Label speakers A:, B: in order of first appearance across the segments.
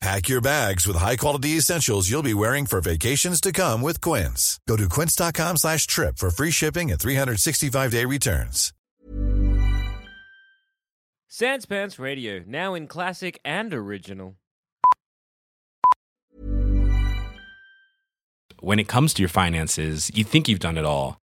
A: Pack your bags with high-quality essentials you'll be wearing for vacations to come with Quince. Go to quince.com slash trip for free shipping and 365-day returns.
B: Sans Pants Radio, now in classic and original.
C: When it comes to your finances, you think you've done it all.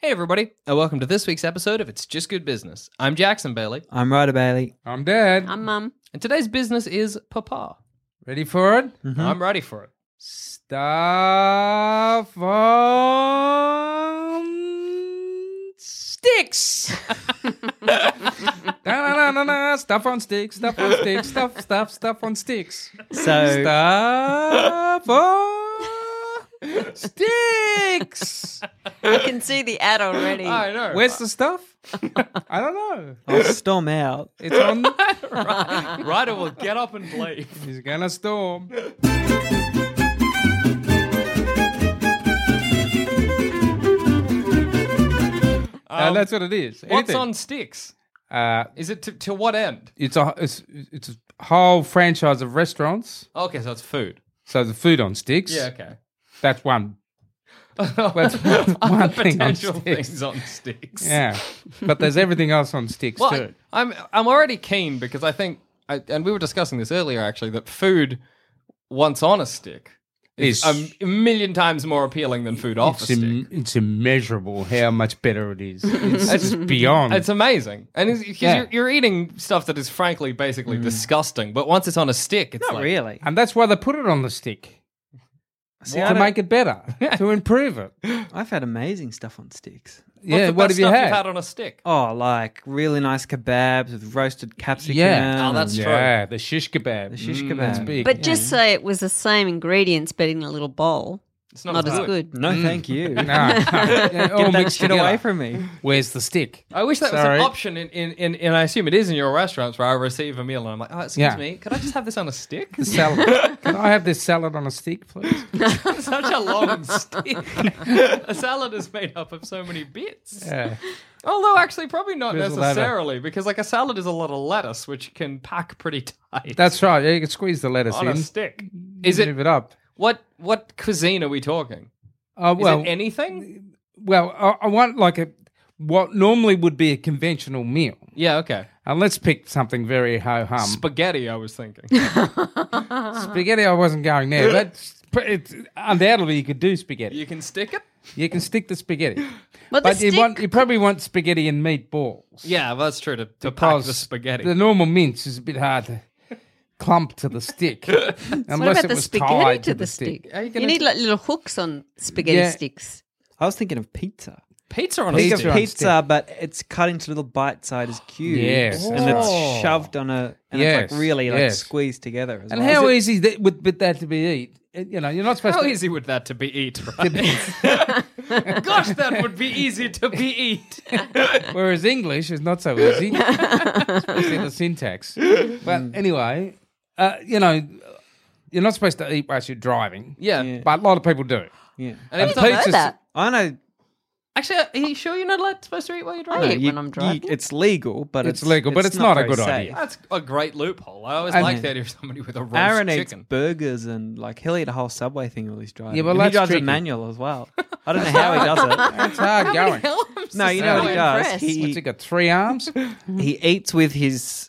D: Hey, everybody, and welcome to this week's episode of It's Just Good Business. I'm Jackson Bailey,
E: I'm Ryder Bailey.
F: I'm dead.
G: I'm mum.
D: and today's business is Papa. Mm-hmm.
F: Ready for it?
G: Uh-huh.
D: I'm ready for it.
F: Stuff on sticks. na, na, na, na. Stuff on sticks. Stuff on sticks. Stuff, stuff, stuff on sticks.
E: So
F: Stuff on sticks.
G: I can see the ad already.
D: I know.
F: Where's the stuff? I don't know.
E: I'll storm out.
F: It's on.
D: Ryder will get up and leave.
F: He's gonna storm. Uh, that's what it is.
D: Um, What's
F: Anything.
D: on sticks?
F: Uh,
D: Is it to, to what end?
F: it's a it's it's a whole franchise of restaurants.
D: Okay, so it's food.
F: So the food on sticks.
D: Yeah, okay.
F: that's one.
D: That's
F: one thing on
D: potential
F: sticks.
D: things on sticks.
F: Yeah, but there's everything else on sticks
D: Well,
F: too.
D: I, am I'm already keen because I think, I, and we were discussing this earlier actually, that food once on a stick is
F: It's-
D: a, million times more appealing than food off a
F: It's,
D: stick.
F: im- it's immeasurable how much better it is. It's, just beyond.
D: It's amazing, and it's, 'cause
F: Yeah.
D: you're, you're eating stuff that is frankly basically
G: Mm.
D: disgusting. But once it's on a stick, it's
E: Not
D: like,
E: really.
F: and that's why they put it on the stick
E: See, I
F: to
E: don't-
F: make it better, to improve it.
E: I've had amazing stuff on sticks.
D: What's
F: Yeah,
D: the
F: what
D: best
F: have you
D: stuff
F: had?
D: You've had on a stick.
E: Oh, like really nice kebabs with roasted capsicum.
F: Yeah.
D: Oh, that's
F: yeah, the shish kebab.
E: the shish
D: Mm,
E: kebab.
D: that's
F: big.
G: but
F: Yeah.
G: just say it was the same ingredients, but in a little bowl.
D: It's
G: Not, as good.
E: No,
F: Mm.
E: thank you.
F: No, Yeah, all
E: Get that
F: mixed
E: shit
F: together.
E: away from me.
F: Where's the stick?
D: I wish that
F: Sorry.
D: was an option in, in, in, and I assume it is in your restaurants where I receive a meal and I'm like, oh, excuse
F: Yeah.
D: me, could I just have this on a stick?
F: The salad. Can I have this salad on a stick, please?
D: Such a long stick. a salad is made up of so many bits.
F: Yeah.
D: Although, actually, probably not
F: Drizzled over.
D: necessarily, because like a salad is a lot of lettuce, which can pack pretty tight.
F: That's right. Yeah, you can squeeze the lettuce
D: on
F: in.
D: a stick. Is it
F: Move it up.
D: what? What cuisine are we talking?
F: Oh
D: Is
F: well,
D: it anything?
F: well, I, I want like a what normally would be a conventional meal,
D: Yeah. Okay.
F: and let's pick something very ho hum.
D: Spaghetti. I was thinking.
G: Uh-huh.
F: spaghetti. I wasn't going there, but sp- it's, undoubtedly you could do spaghetti.
D: you can stick it.
F: You can stick the spaghetti,
G: But,
F: but
G: the
F: you
G: stick,
F: want you probably want spaghetti and meatballs.
D: Yeah, well, that's true. To, to pack
F: Because
D: the spaghetti.
F: The normal mince is a bit hard to, clump to the stick. unless
G: what about
F: it
G: the
F: was
G: spaghetti
F: tied
G: to the stick?
D: Are you
G: You,
D: gonna
G: need
D: t-
G: like little hooks on spaghetti
F: Yeah.
G: sticks.
E: I was thinking of pizza.
D: Pizza on a
E: Think
D: stick.
E: of
F: on
E: pizza, but it's cut into little bite-sized cubes,
F: Yes,
E: and
F: that's
D: right.
E: it's shoved on a and it's
F: Yes,
E: like really like
F: yes.
E: squeezed together. As
F: And
E: well.
F: how e-
E: Is it-
F: easy that would bit that to be eat? It- You know, you're not supposed
D: How
F: to.
G: Oh,
D: easy would that to be eat, right? Gosh, that would be easy to be eat.
F: Whereas English is not so easy, especially the syntax. But
D: Mm.
F: anyway, uh, you know, you're not supposed to eat whilst you're driving.
D: Yeah.
F: But a lot of people do.
E: Yeah.
D: And if
G: I didn't know
F: pizza's-
G: that.
E: I know.
D: Actually, are you sure you're not allowed, supposed to eat while you're
G: I
D: driving?
G: eat when I'm driving.
E: it's legal, but
F: It's
E: it's,
F: legal, but it's not a
E: very
F: good idea.
E: safe.
D: That's a great loophole. I always
F: And-
D: like that if somebody with a roast
E: Aaron eats
D: chicken.
E: burgers and like he'll eat a whole subway thing while he's driving.
F: Yeah, well,
E: And
F: that's
E: he drives
F: tricky.
E: a manual as well. I don't know how he does
F: It's hard going.
E: it. no, you know what he does.
G: impressed.
F: What's he
E: He,
F: got? Three arms?
E: he eats with his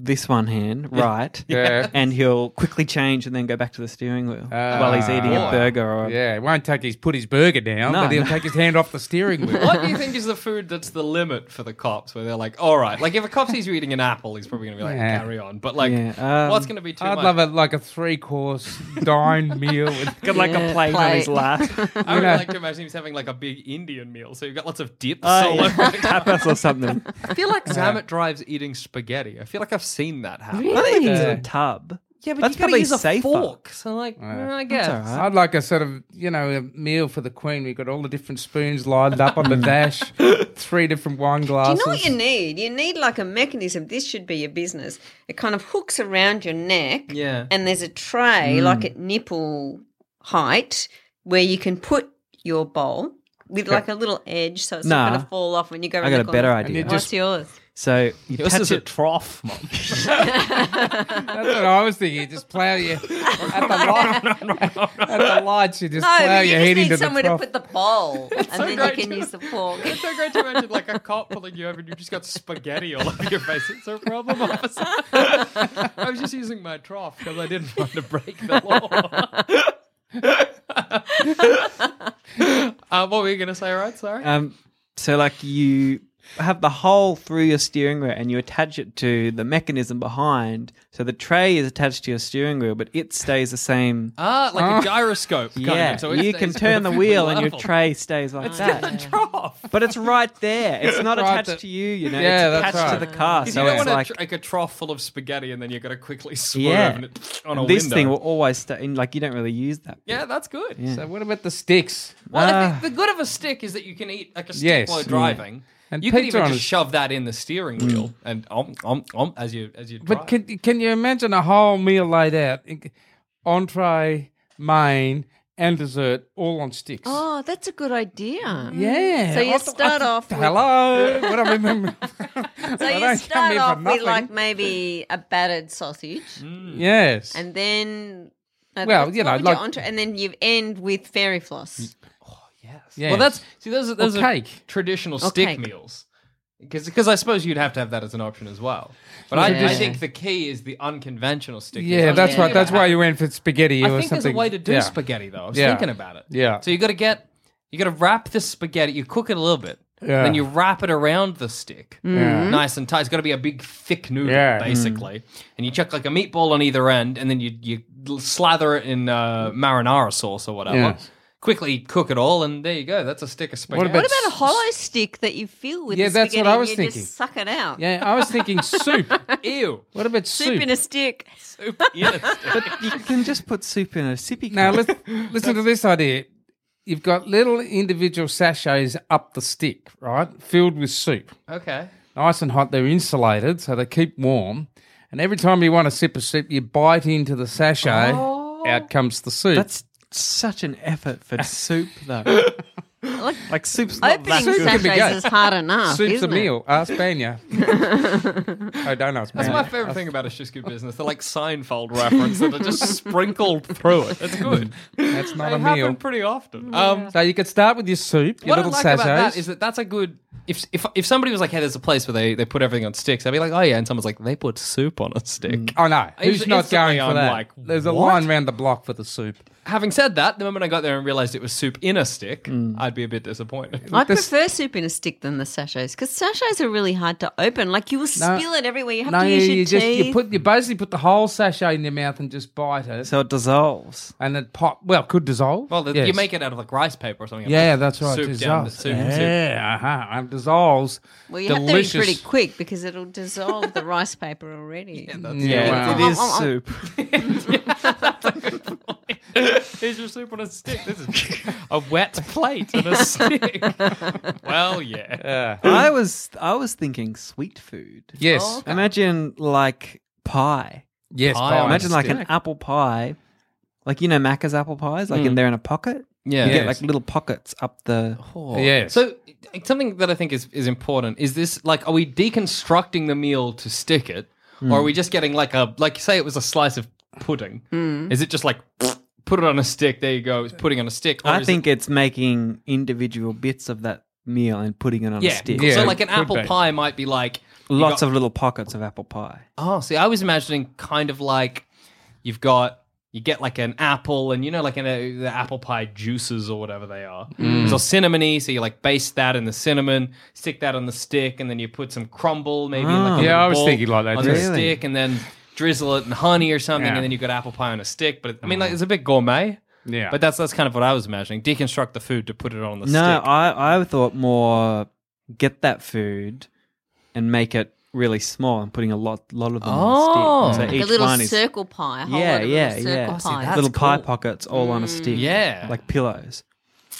E: this one hand, right?
F: Yeah.
E: And he'll quickly change and then go back to the steering wheel
F: Ah,
E: while he's eating
D: boy.
E: a burger or a
F: Yeah, he won't take his put his burger down,
E: No,
F: but he'll
E: no.
F: take his hand off the steering wheel.
D: What do you think is the food that's the limit for the cops? Where they're like, all right, like if a cop sees you eating an apple, he's probably going to be like,
F: Yeah.
D: carry on. But like,
E: Yeah, um,
D: what's going to be too
F: I'd
D: much?
F: love it like a three course dine meal. With,
E: Got like
G: Yeah,
E: a plate on his
G: plate.
E: lap,
D: I would
F: know.
D: like to imagine he's having like a big Indian meal. So you've got lots of dips
E: Oh,
D: all
E: yeah.
D: over. the top.
E: tapas or something.
D: I feel like Zamet drives eating spaghetti. I feel like I've seen that happen.
E: I think he's
F: Yeah.
E: in a tub.
D: Yeah, but
E: That's
D: you gotta
E: probably
D: use a
E: safer.
D: fork. So like, mm, I guess.
E: all right.
F: I'd like a sort of you know a meal for the queen. We've got all the different spoons lined up on the dash, three different wine
G: Do you
F: glasses.
G: know what you need? You need like a mechanism. This should be your business. It kind of hooks around your neck.
D: Yeah.
G: And there's a tray, like at nipple height, where you can put your bowl with like a little edge so it's not
E: Nah.
G: going to fall off when you go
E: I
G: around
E: got
G: the
E: a
G: corner.
E: better
F: And you
E: idea.
G: What's
F: Just-
G: yours?
E: So you
D: Yours
E: patch
D: is a
E: it.
D: trough, mom.
F: That's what I was thinking. Just plow your at the, light, at the lights. You just
G: No,
F: plow
G: Oh, but you
F: your
G: just
F: head into
G: need
F: the
G: somewhere to
F: trough.
G: put the bowl and then
D: great
G: you can
D: to-
G: use the fork.
D: It's so great to imagine like a cop pulling you over and you've just got spaghetti all over your face. It's a problem, officer. I was just using my trough because I didn't want to break the law. uh, what were you going to say, right? Sorry.
E: Um, so like you have the hole through your steering wheel and you attach it to the mechanism behind. So the tray is attached to your steering wheel, but it stays the same.
D: ah, like a gyroscope. kind of,
E: yeah,
D: so it
E: you can
D: stays
E: turn the
D: perfectly
E: wheel and your
D: level.
E: tray stays like that.
D: Trough.
E: But it's right there. It's not
F: Right
E: attached
F: there.
E: to you. You know,
F: Yeah,
E: it's
F: that's
E: attached to
F: right.
E: the car.
D: 'Cause
E: Ah, So
D: you don't
E: it's
D: want
E: like
D: to like a trough full of spaghetti and then you've got to quickly swerve
E: Yeah.
D: and it, on a
E: this
D: window.
E: thing will always stay. In, like you don't really use that.
D: yeah, that's good.
F: So what about the sticks?
D: Well, I
E: Ah.
D: think the good of a stick is that you can eat like a stick
F: Yes.
D: while
F: Yeah.
D: driving.
F: And
D: you can
F: pizza
D: even
F: on
D: just
F: a-
D: shove that in the steering wheel and om, om, om, as you as you drive.
F: But can can you imagine a whole meal laid out, in- entree, main, and dessert all on sticks?
G: Oh, that's a good idea.
F: Yeah.
G: So you
F: I th-
G: start
F: I th-
G: off with-
F: Hello. what I remember.
G: So you start off with like maybe a battered sausage,
D: Mm.
F: yes.
G: and then no,
F: Mm. Well,
G: that's-
F: you know,
G: what would your
F: like- Mm.
G: entree- and then you end with fairy floss.
F: yes.
D: Well, that's see, those are, those are
F: cake.
D: traditional
G: Or
D: stick
G: cake.
D: meals. Because I suppose you'd have to have that as an option as well. But I, I think the key is the unconventional stick. meals. I
F: yeah.
D: was
F: That's
D: thinking
F: right. That's
D: about
F: why
D: how-
F: you went for spaghetti
D: I
F: or
D: think
F: something.
D: there's a way to do
F: Yeah.
D: spaghetti though. I was
F: Yeah.
D: thinking about it.
F: Yeah.
D: So you got to get you got to wrap the spaghetti. You cook it a little bit,
F: Yeah.
D: then you wrap it around the stick,
G: Mm-hmm.
F: Yeah.
D: nice and tight. It's got to be a big thick noodle,
F: Mm-hmm. Yeah. Mm.
D: basically. And you chuck like a meatball on either end, and then you you l- slather it in uh, marinara sauce or whatever.
F: Yeah.
D: Quickly cook it all, and there you go. That's a stick of spaghetti.
F: about
G: What about a hollow stick that you fill with?
F: Yeah,
G: the
F: that's what
G: spaghetti
F: I
G: and
F: was
G: you
F: thinking.
G: Just suck it out.
F: Yeah, I was thinking soup.
D: Ew.
F: What about
G: Soup,
F: soup?
G: in a stick.
D: Yes.
E: But you can just put soup in a sippy.
F: now,
E: cup.
F: listen, listen to this idea. You've got little individual sachets up the stick, right? Filled with soup.
D: okay.
F: Nice and hot. They're insulated, so they keep warm. And every time you want to sip a soup, you bite into the sachet. Out comes the soup.
E: That's such an effort for soup, though.
G: Like,
E: like soup's not that
G: opening
F: Soup
E: good.
F: can be
G: sachets
F: good.
G: is hard enough.
F: Soup's a
G: isn't it?
F: meal. Ask Banya. oh, don't ask
D: That's
F: Banya.
D: my favorite thing about a Shish Good Business. They're like Seinfeld references that are just sprinkled through it. It's good.
F: That's not
D: they
F: Mm. a
D: happen
F: meal.
D: pretty often. Um,
F: So you could start with your soup, your
D: what I
F: little
D: like
F: sachets.
D: about that is that that's a good if if if somebody was like, "Hey, there's a place where they, they put everything on sticks," I'd be like, "Oh yeah," and someone's like, "They put soup on a stick."
F: Oh no, who's not
D: instantly
F: going for
D: I'm
F: that?
D: like,
F: There's a
D: "What?"
F: line round the block for the soup.
D: Having said that, the moment I got there and realized it was soup in a stick,
F: Mm.
D: I'd be a bit disappointed.
H: I prefer soup in a stick than the sachets because sachets are really hard to open. Like you will spill it everywhere. You have
F: No,
H: to
F: you,
H: use your
F: you just
H: teeth.
F: you put you basically put the whole sachet in your mouth and just bite it,
E: So it dissolves.
F: and it pop. Well, it could dissolve.
D: Well, the,
F: Yes.
D: you make it out of like rice paper or something.
F: Yeah, that's right.
D: Soup down the
F: dissolves.
D: soup. soup.
F: yeah, uh-huh. and it dissolves.
H: well, you
F: delicious.
H: have to be pretty quick because it'll dissolve the rice paper already.
F: Yeah,
E: Yeah,
F: wow.
E: it is soup.
D: Here's your soup on a stick. This is a wet plate and a stick. well, yeah.
E: I was I was thinking sweet food.
F: Yes,
E: Imagine like pie.
F: yes.
D: Pie
F: pie.
D: on
E: Imagine like an
D: stick.
E: apple pie. Like you know Macca's apple pies,
D: Hmm.
E: like in they're in a pocket.
D: Yeah.
E: You
F: Yes.
E: get like little pockets up the
D: Oh,
F: Yes.
D: So i- something that I think is, is important is this like are we deconstructing the meal to stick it
F: Hmm.
D: or are we just getting like a like say it was a slice of pudding is it just like put it on a stick there you go it's pudding on a stick or
E: I
D: is
E: think it's making individual bits of that meal and putting it on
D: it,
E: a
D: yeah.
E: stick.
F: Yeah,
D: so like an
F: could
D: apple
F: be.
D: pie might be like you
E: Lots
D: got-
E: of little pockets of apple pie.
D: oh see I was imagining kind of like you've got you get like an apple and you know like an, uh, the apple pie juices or whatever they are
F: Mm.
D: so cinnamony so you like baste that in the cinnamon stick that on the stick and then you put some crumble maybe in like a
E: Oh.
F: Ah. Yeah, I was
D: ball
F: thinking like that
D: on
F: too.
D: the
E: Really?
D: stick and then drizzle it in honey or something
F: Yeah. Mm.
D: and then you've got apple pie on a stick but it, i mean like it's a bit gourmet
F: yeah,
D: but that's that's kind of what i was imagining deconstruct the food to put it on the
E: No,
D: stick
E: I I thought more get that food and make it really small and putting a lot lot of them on
D: Oh.
E: a
D: Like
E: stick. So
D: a
H: like a
E: each
H: little
E: one is
H: circle pie. A whole
E: yeah,
H: lot of
E: yeah,
H: little circle
E: yeah.
H: pies.
E: little pie
D: cool.
E: pockets all
D: Mm.
E: on a stick.
D: yeah.
E: like pillows.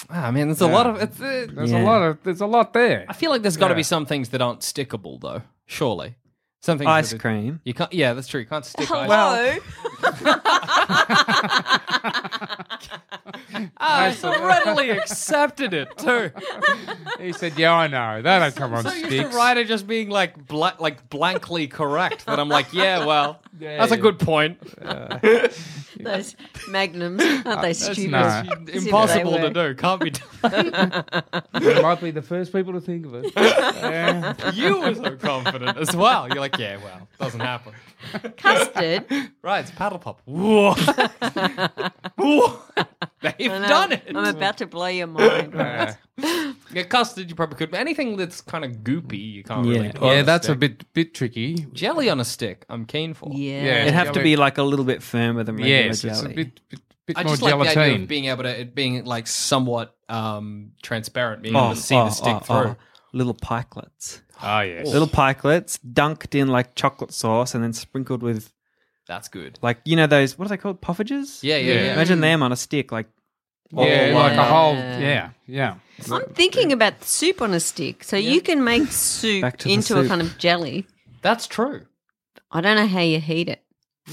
D: Ah, I mean there's a lot of it's, uh,
F: there's a
E: yeah.
F: lot of there's a lot there.
D: i feel like there's got to be some things that aren't stickable though surely something
E: Ice cream.
D: you can't yeah that's true you can't stick
H: Hello.
D: ice I so readily accepted it too.
F: He said, "Yeah, I know. They don't come on
D: So used to
F: sticks."
D: writer just being like bla- like blankly correct that I'm like, yeah, well, that's a good point.
H: Those magnums aren't they stupid?
F: nah.
H: As if
D: Impossible
H: they
D: to
H: were.
D: do. Can't be done.
F: You might be the first people to think of it. Yeah.
D: You were so confident as well. You're like, yeah, well, doesn't happen.
H: Custard.
D: Right, it's paddle pop. Whoa. Whoa. They've
H: I know.
D: done it.
H: I'm about to blow your mind.
F: Yeah.
D: yeah, custard you probably could. but Anything that's kind of goopy, you can't really.
E: Yeah.
D: put on
F: Yeah, that's a
D: stick.
F: bit bit tricky.
D: jelly on a stick. I'm keen for.
H: Yeah.
F: Yeah.
E: It'd have
F: Yeah,
E: to
F: we-
E: be like a little bit firmer than regular
F: Yes,
E: jelly.
F: it's a bit bit, bit
D: I
F: more
D: just like the idea
F: gelatine.
D: of being able to it being like somewhat um, transparent, being
E: Oh,
D: able to see
E: oh,
D: the stick
E: oh,
D: through.
E: oh. Little pikelets.
F: oh yes.
E: Little pikelets dunked in like chocolate sauce and then sprinkled with
D: That's good.
E: like you know those what are they called? Puffages?
D: Yeah, yeah,
F: Yeah.
D: yeah.
E: Imagine them on a stick, like
F: yeah,
D: Oh,
F: like a
H: wow.
F: whole yeah, yeah.
H: I'm thinking about soup on a stick. So you can make soup
E: Back to the
H: into a
E: soup.
H: kind of jelly.
D: That's true.
H: I don't know how you heat it.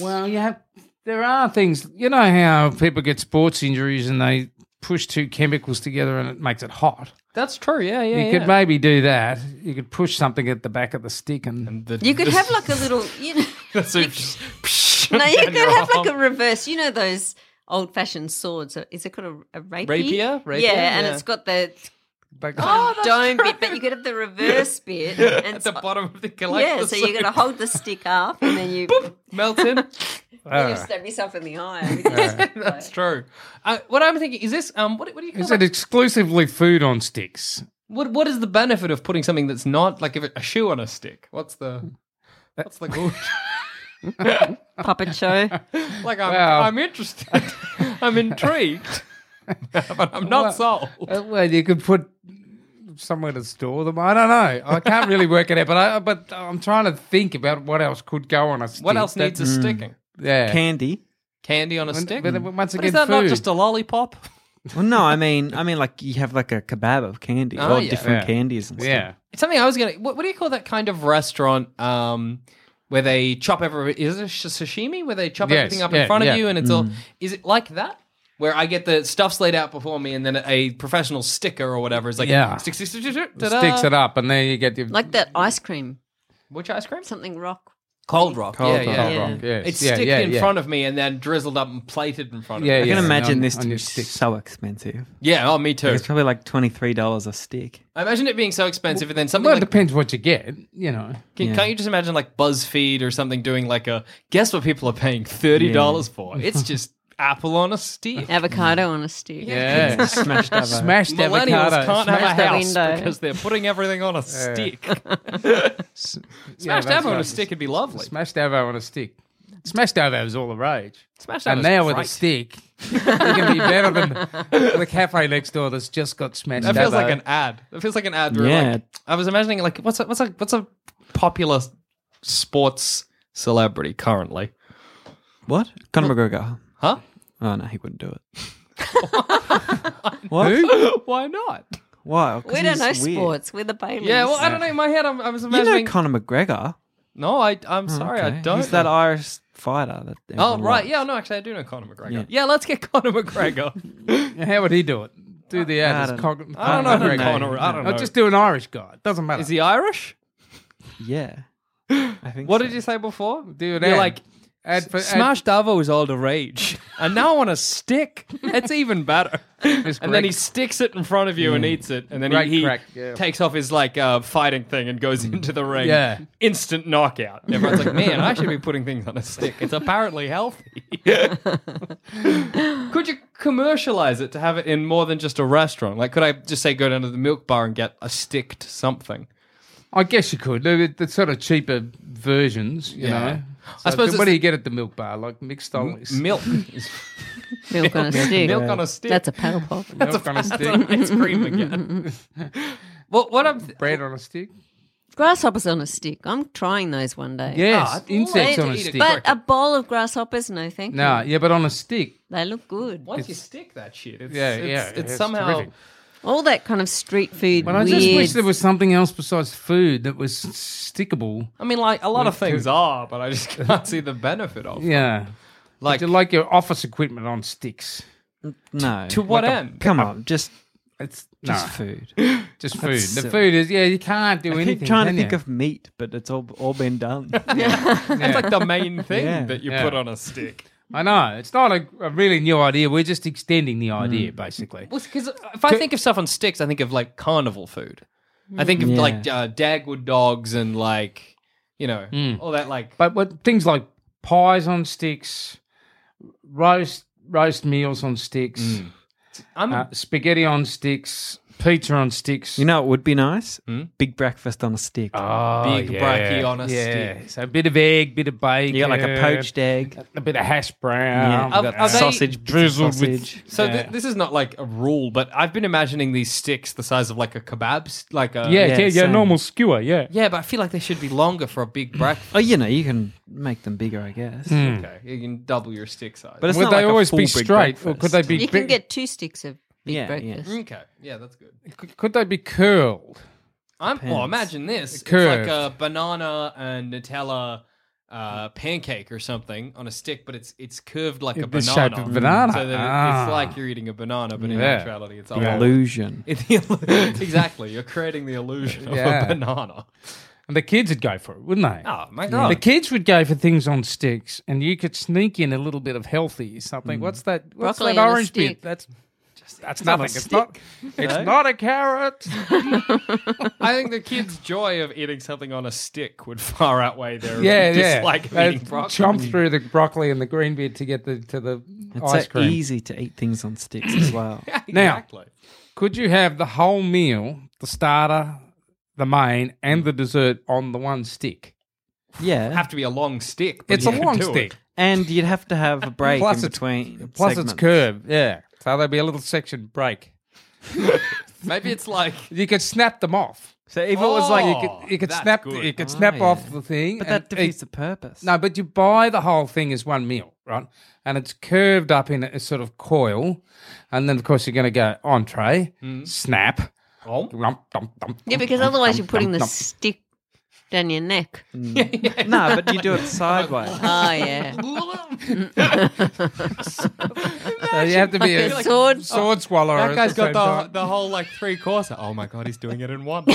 F: Well, you have there are things you know how people get sports injuries and they push two chemicals together and it makes it hot.
D: That's true. Yeah, yeah.
F: you could maybe do that. You could push something at the back of the stick and,
H: You could have like a little, you know.
D: no,
H: No, you could have like a reverse. You know those old-fashioned swords. Is it called a, a rapier?
D: Rapier? Rapier,
H: Yeah, and
D: yeah.
H: it's got the
F: back
H: dome bit, but you could have the reverse bit. And
D: at the bottom of the collector.
H: yeah, so you're going to hold the stick up, and then you
D: melt in.
H: then you stab yourself in the eye. with the stick.
D: That's true. Uh, what I'm thinking is this. Um, what, what do you call
F: Is it
D: that?
F: exclusively food on sticks?
D: What What is the benefit of putting something that's not like if it, a shoe on a stick? What's the What's the good?
H: Puppet show.
D: like I'm,
F: Well-
D: I'm interested. I'm intrigued, but I'm not sold.
F: Uh, well, you could put somewhere to store them. I don't know. I can't really work it out, but I but I'm trying to think about what else could go on a stick.
D: What else
F: That- Mm.
D: needs a sticking?
F: yeah.
E: candy.
D: Candy on a
F: But-
D: stick.
F: but once
D: But
F: again,
D: is that not
F: food.
D: just a lollipop?
E: Well, no, I mean, I mean, like you have like a kebab of candy,
D: Oh,
E: all
D: yeah.
E: different
F: Yeah.
E: candies and stuff.
F: yeah.
D: It's something I was gonna. What, what do you call that kind of restaurant um, where they chop every? Is it sh- sashimi where they chop
F: Yes,
D: everything up
F: yeah,
D: in front
F: yeah.
D: of you and it's all? Is it like that? Where I get the stuff's laid out before me, and then a professional sticker or whatever is like,
F: Yeah.
D: stick, stick, stick, stick, stick,
F: Sticks
D: ta-da.
F: it up, and there you get your
H: Like that ice cream,
D: Which ice cream?
H: something rock.
D: Cold rock.
F: Cold
D: yeah,
F: rock,
D: yeah.
F: cold
H: Yeah.
F: rock. Yes.
D: It's
F: yeah,
D: sticked
F: yeah,
D: in
F: yeah.
D: front of me and then drizzled up and plated in front of
F: Yeah,
D: me.
E: I can
F: yeah,
E: imagine
F: on-
E: this
F: on
E: to
F: your
E: be
F: sticks.
E: so expensive.
D: Yeah, oh, me too.
E: It's probably like twenty three dollars a stick.
D: I imagine it being so expensive and then something
F: Well, it
D: like
F: depends what you get, you know.
D: Can,
E: Yeah.
D: Can't you just imagine like BuzzFeed or something doing like a guess what people are paying thirty dollars for? It's just apple on a stick.
G: Avocado on a stick.
F: Yeah.
E: Smashed up.
F: Smashed
D: Millennials
F: avocado.
D: can't have a
F: smashed
D: house
G: window.
D: because they're putting everything on a stick.
F: yeah,
D: Smashed
F: that's
D: apple on a
F: right.
D: stick would be lovely.
F: Smashed avo on a stick. Smashed avo is all the rage.
D: Smashed
F: and
D: avo's
F: now with a
D: great.
F: stick, it can be better than the cafe next door that's just got smashed
D: That feels
F: avo.
D: like an ad. That feels like an ad. Where
E: Yeah.
D: Like, I was imagining like what's a, what's a what's a popular sports celebrity currently?
E: What? Conor McGregor.
D: Huh?
E: Oh no, he wouldn't do it. what?
D: Why not?
E: Why? 'Cause
G: We don't
E: he's
G: know
E: weird.
G: sports. We're the Baileys.
D: Yeah. Well, I don't know. In my head, I'm, I was
E: You know
D: imagining.
E: Conor McGregor.
D: no, I
F: Oh,
D: I'm sorry, I
E: Okay.
D: don't.
E: He's that
D: know.
E: Irish fighter. That
D: Oh
E: everyone
D: right,
E: likes.
D: yeah, no, actually, I do know Conor McGregor.
E: Yeah.
D: Yeah, let's get Conor McGregor.
F: How would he do it? Do the
E: I
F: ad. as
E: don't-
F: Cog-
D: I don't
F: Conor
D: know.
F: McGregor.
D: Conor, I don't know.
F: Or just do an Irish guy. It doesn't matter.
D: is he Irish?
E: Yeah. I think.
D: What
E: so.
D: did you say before?
F: do an
D: You're
F: ad.
D: like
F: ad for, ad-
D: Smash Davo is all the rage, uh, and now on a stick, it's even better.
F: It's
D: and then he
F: great.
D: sticks it in front of you and eats it, and then
F: Great
D: he, he
F: crack, yeah.
D: takes off his like uh, fighting thing and goes into the ring.
F: Yeah.
D: instant knockout. Everyone's like, "Man, I should be putting things on a stick. It's apparently healthy." could you commercialize it to have it in more than just a restaurant? Like, could I just say go down to the milk bar and get a sticked something?
F: I guess you could. They're, they're sort of cheaper versions, you
D: Yeah.
F: know.
D: I
F: So
D: suppose
F: What
D: it's-
F: do you get at the milk bar? Like mixed olives.
D: Milk.
G: Milk on a stick.
D: milk on a stick.
G: That's a paddle pop.
F: Milk on a stick.
D: ice cream again. well, what I'm
F: Bread on a stick.
E: Oh,
G: Grasshoppers on a stick. I'm trying those one day.
F: Yes,
D: I'd like
F: insects
D: to
F: on a
D: eat a
F: stick.
G: But a bowl of grasshoppers, no thank you.
F: No, yeah, but on a stick.
G: They look good.
D: once you stick that shit, it's,
F: Yeah,
D: it's,
F: yeah,
D: it's,
F: it's
D: somehow
F: terrific.
G: All that kind of street food
F: But I
G: weird.
F: just wish there was something else besides food that was stickable.
D: I mean, like a lot of things are, but I just can't see the benefit of. it.
F: Yeah.
D: Like
F: you like your office equipment on sticks.
E: No.
D: to what end?
E: Come on, just
F: It's
E: just
F: no,
E: food.
F: just food. The
E: silly.
F: food is yeah, you can't do
E: I
F: anything.
E: keep trying to
F: can
E: think
F: you?
E: of meat, but it's all all been done.
D: That's like the main thing
E: Yeah.
D: that you
F: Yeah.
D: put on a stick.
F: I know it's not a, a really new idea. We're just extending the idea
E: Hmm.
F: basically.
D: Well, because if I think of stuff on sticks, I think of like carnival food. I think of
E: Yeah.
D: like uh, Dagwood dogs and like you know all that like.
F: But what things like pies on sticks, roast roast meals on sticks,
E: Hmm.
D: I'm
F: uh, spaghetti on sticks, pizza on sticks.
E: You know, it would be nice.
D: Hmm?
E: Big breakfast on a stick.
F: Oh,
D: Big bracky on a
F: yeah.
D: stick.
F: So a bit of egg, bit of bacon.
E: you got like a poached egg.
F: a bit of hash
E: Yeah,
F: brown.
D: Are-
E: you got
D: are they
E: sausage bits of
F: drizzled with-
E: sausage.
D: So th- this is not like a rule, but I've been imagining these sticks the size of like a kebab, st- like a
F: Yeah,
E: Yeah,
F: yeah, yeah,
E: same.
F: normal skewer, yeah.
D: Yeah, but I feel like they should be longer for a big breakfast.
E: Oh, you know, you can make them bigger, I guess.
D: Okay, you can double your stick size.
E: But it's
F: Hmm.
E: not
F: Would they
E: like a
F: always be
E: full big
F: straight, or could
E: breakfast.
F: they be
G: you can
F: big- Mm.
G: get two sticks of big
E: Yeah, yeah.
G: breakfast.
D: okay, yeah, that's good.
F: could- could they be curled?
D: I'm well.
E: Depends.
D: Imagine this:
F: Curved.
D: it's like a banana and Nutella uh, pancake or something on a stick, but it's it's curved like a
F: The
D: banana.
F: shape of banana.
D: So that it-
F: Ah.
D: it's like you're eating a banana, but in
F: Yeah.
D: actuality, it's a
F: Yeah.
D: whole-
E: Illusion.
D: exactly. You're creating the illusion of
F: Yeah.
D: a banana.
F: And the kids would go for it, wouldn't they?
D: Oh my
F: The
D: god!
F: kids would go for things on sticks, and you could sneak in a little bit of healthy
E: Hmm.
F: something. What's that? What's
G: Broccoli
F: that
G: on a
F: orange bit?
G: stick.
F: That's just that's
E: not a
F: nothing. It's not. It's not a carrot.
D: I think the kids' joy of eating something on a stick would far outweigh their
F: yeah, yeah.
D: dislike of
F: They'd
D: eating broccoli.
F: Chomp through the broccoli and the green bit to get the to the
E: It's
F: ice
E: so
F: cream.
E: easy to eat things on sticks as well.
F: Now,
D: Exactly.
F: Could you have the whole meal, the starter, the main, and the dessert on the one stick?
E: Yeah,
D: have to be a long stick. but
F: It's
D: you
F: a
D: can
F: long
D: do it.
F: stick.
E: and you'd have to have a break
F: Plus
E: in
F: it's-
E: between.
F: Plus,
E: segments.
F: it's curved. Yeah. So there'd be a little section break.
D: Maybe it's like
F: You could snap them off.
E: So if
F: If it was like you
D: Oh,
F: could, you could
D: that's
F: snap,
D: good.
F: you could
E: Ah,
F: snap
E: yeah.
F: off the thing.
E: but that
F: and
E: defeats
F: it-
E: the purpose.
F: no, but you buy the whole thing as one meal, right? And it's curved up in a sort of coil, and then of course you're going to go entree, snap.
D: Oh.
F: lump, dump, dump,
G: Yeah, because
F: dump,
G: otherwise
F: dump,
G: you're putting
F: dump,
G: the
F: dump.
G: stick down your neck.
E: no,
F: Oh,
E: but you do it sideways.
G: Oh yeah.
F: So Uh, you have to be a
G: fucking sword.
F: sword swallower.
D: That
F: at
D: guy's
F: the same
D: got the,
F: time.
D: the whole like three course. Oh my god, he's doing it in one.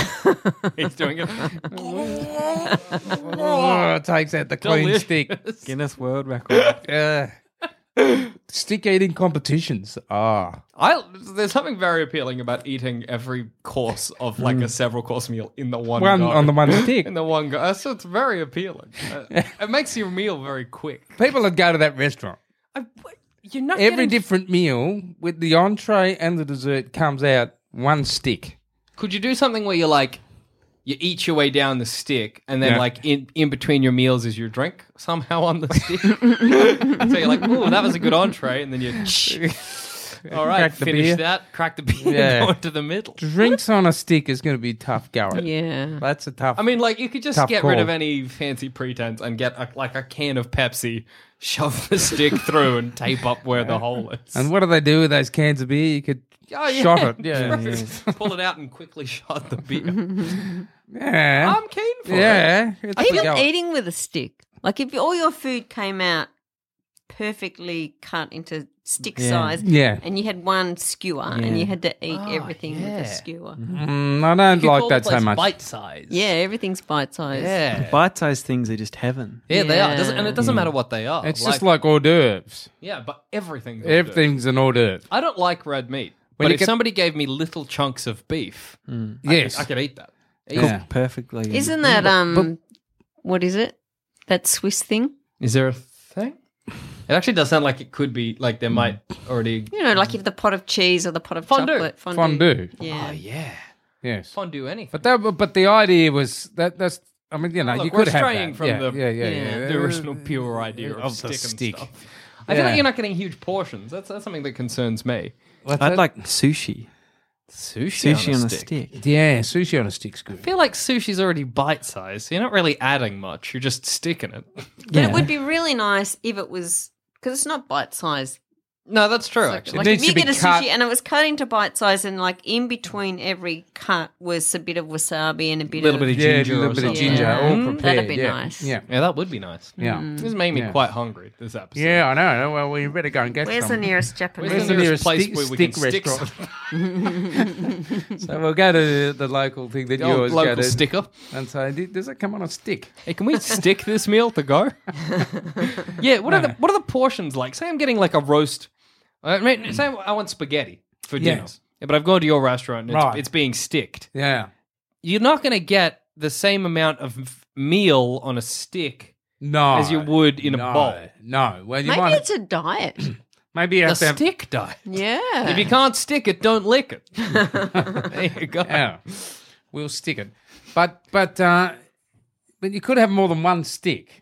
D: he's doing it.
F: Oh, takes out the clean
D: Delicious.
F: stick.
E: Guinness World Record.
F: Yeah. stick eating competitions. Ah,
D: I there's something very appealing about eating every course of like a several course meal in the one
F: one
D: go.
F: on the one stick.
D: in the one go. That's it's very appealing. Uh, it makes your meal very quick.
F: People would go to that restaurant.
D: I, you're not
F: Every
D: getting-
F: different meal with the entree and the dessert comes out one stick.
D: Could you do something where you're like, you eat your way down the stick, and then
F: Yeah.
D: like in, in between your meals is your drink somehow on the stick? so you're like, oh, that was a good entree, and then you, all right,
F: Crack the
D: finish
F: beer.
D: that, crack the beer,
F: Yeah.
D: and go into the middle.
F: Drinks on a stick is going to be tough going.
G: Yeah.
F: That's a tough.
D: I mean, like you could just
F: Tough
D: get rid
F: call.
D: of any fancy pretense and get a, like a can of Pepsi, shove the stick through, and tape up where the hole is.
F: and what do they do with those cans of beer? You could
D: Oh, yeah.
F: shot it. Yeah,
D: Pull it out and quickly shot the beer.
F: yeah,
D: I'm keen for it.
F: yeah. It's a
G: Even
F: go.
G: eating with a stick. Like if all your food came out perfectly cut into stick size
F: Yeah. Oh,
G: and you had one skewer and you had to eat everything with
D: yeah.
G: a skewer.
F: Mm, I don't like that so much.
D: Bite size.
G: Yeah, everything's bite sized.
D: Yeah.
E: Bite sized things are just heaven.
D: Yeah, they are.
G: Yeah.
D: Doesn't, and it doesn't matter what they are.
F: It's just like hors d'oeuvres.
D: yeah, but everything.
F: Everything's an hors d'oeuvre.
D: I don't like red meat.
F: When
D: but
F: you
D: if
F: get-
D: somebody gave me little chunks of beef,
F: Yes.
D: I could eat that.
F: Yeah.
E: Perfectly.
G: Isn't that um what is it? That Swiss thing?
D: Is there a thing? It actually does sound like it could be like there might already.
G: You know, like if the pot of cheese or the pot of
D: Mm. Fondue.
G: chocolate fondue.
F: Fondue.
G: Yeah.
D: Oh yeah,
F: Yes.
D: fondue anything.
F: But that, but the idea was that that's. I mean, you know,
D: Look,
F: you
D: we're
F: could have
D: straying
F: that.
D: from
F: yeah,
D: the-
F: yeah, yeah,
G: Yeah.
F: yeah,
D: the original pure idea of,
F: Of
D: stick,
F: the stick.
D: and stuff. I feel like
F: Yeah.
D: you're not getting huge portions. That's that's something that concerns me.
F: What's
E: I'd
F: that?
E: like sushi.
D: Sushi,
E: Sushi on a stick.
F: Yeah, sushi on a stick's good.
D: I feel like sushi's already bite sized, so you're not really adding much. You're just sticking it.
G: But it would be really nice if it was because it's not bite sized.
D: No, that's true.
G: Like,
D: actually,
G: like
F: needs
G: if you
F: to be
G: get a
F: cut-
G: sushi and it was cut into bite size, and like in between every cut was a bit of wasabi and a bit
D: Little
G: of
D: bit of
F: Yeah, a
D: ginger
F: little
D: or
F: bit of
D: something.
F: ginger,
G: Yeah.
F: all
G: Mm,
F: prepared.
G: that'd be
F: yeah.
G: nice.
F: Yeah,
D: yeah, that would be nice.
F: yeah,
D: This made me
F: Yeah.
D: quite hungry. This episode.
F: yeah. I know. Well, you better go and get
G: Where's the
F: some.
G: nearest Japanese?
D: Where's the nearest place
F: stick-
D: where we can
F: stick
D: stick
F: restaurant?
D: some-
F: So we'll go to the local thing that you
D: Oh,
F: always go
D: local
F: to
D: sticker?
F: and say, "D- "Does it come on a stick?"
D: Hey, can we stick this meal to go? yeah. What are the what are the portions like? Say I'm getting like a roast. uh, I mean, say I want spaghetti for
F: Yeah.
D: dinner, Yeah, but I've gone to your restaurant and it's,
F: Right.
D: it's being sticked.
F: Yeah.
D: You're not going to get the same amount of f- meal on a stick.
F: No.
D: As you would in a
F: no,
D: bowl.
F: No. Well, you
G: Maybe
F: might.
G: it's a diet.
F: maybe you
D: A
F: have to have.
D: stick diet.
G: yeah.
D: If you can't stick it, don't lick it. there you go.
F: Yeah. We'll stick it, but but uh, but you could have more than one stick.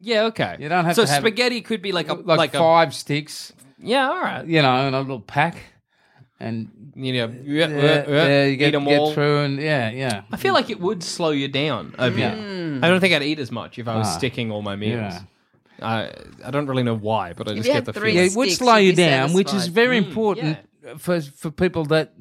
D: Yeah, okay.
F: You don't have
D: so
F: to have-
D: spaghetti could be like a
F: Like, Uh,
D: like, a
F: five sticks,
D: yeah, all right.
F: you know, in a little pack, and
D: You know, yeah,
F: yeah,
D: yeah, yeah,
F: yeah, you
D: eat
F: get,
D: them
F: get
D: all.
F: through, and yeah, yeah.
D: I feel like it would slow you down a bit. I don't think I'd eat as much if I was sticking all my meals.
F: Ah. yeah.
D: I I don't really know why, but I just get
G: you had
D: the
G: three-
D: feeling.
F: it would
G: sticks,
F: slow
G: you'd
F: you
G: be
F: down, which is
G: satisfied.
F: very important for for people that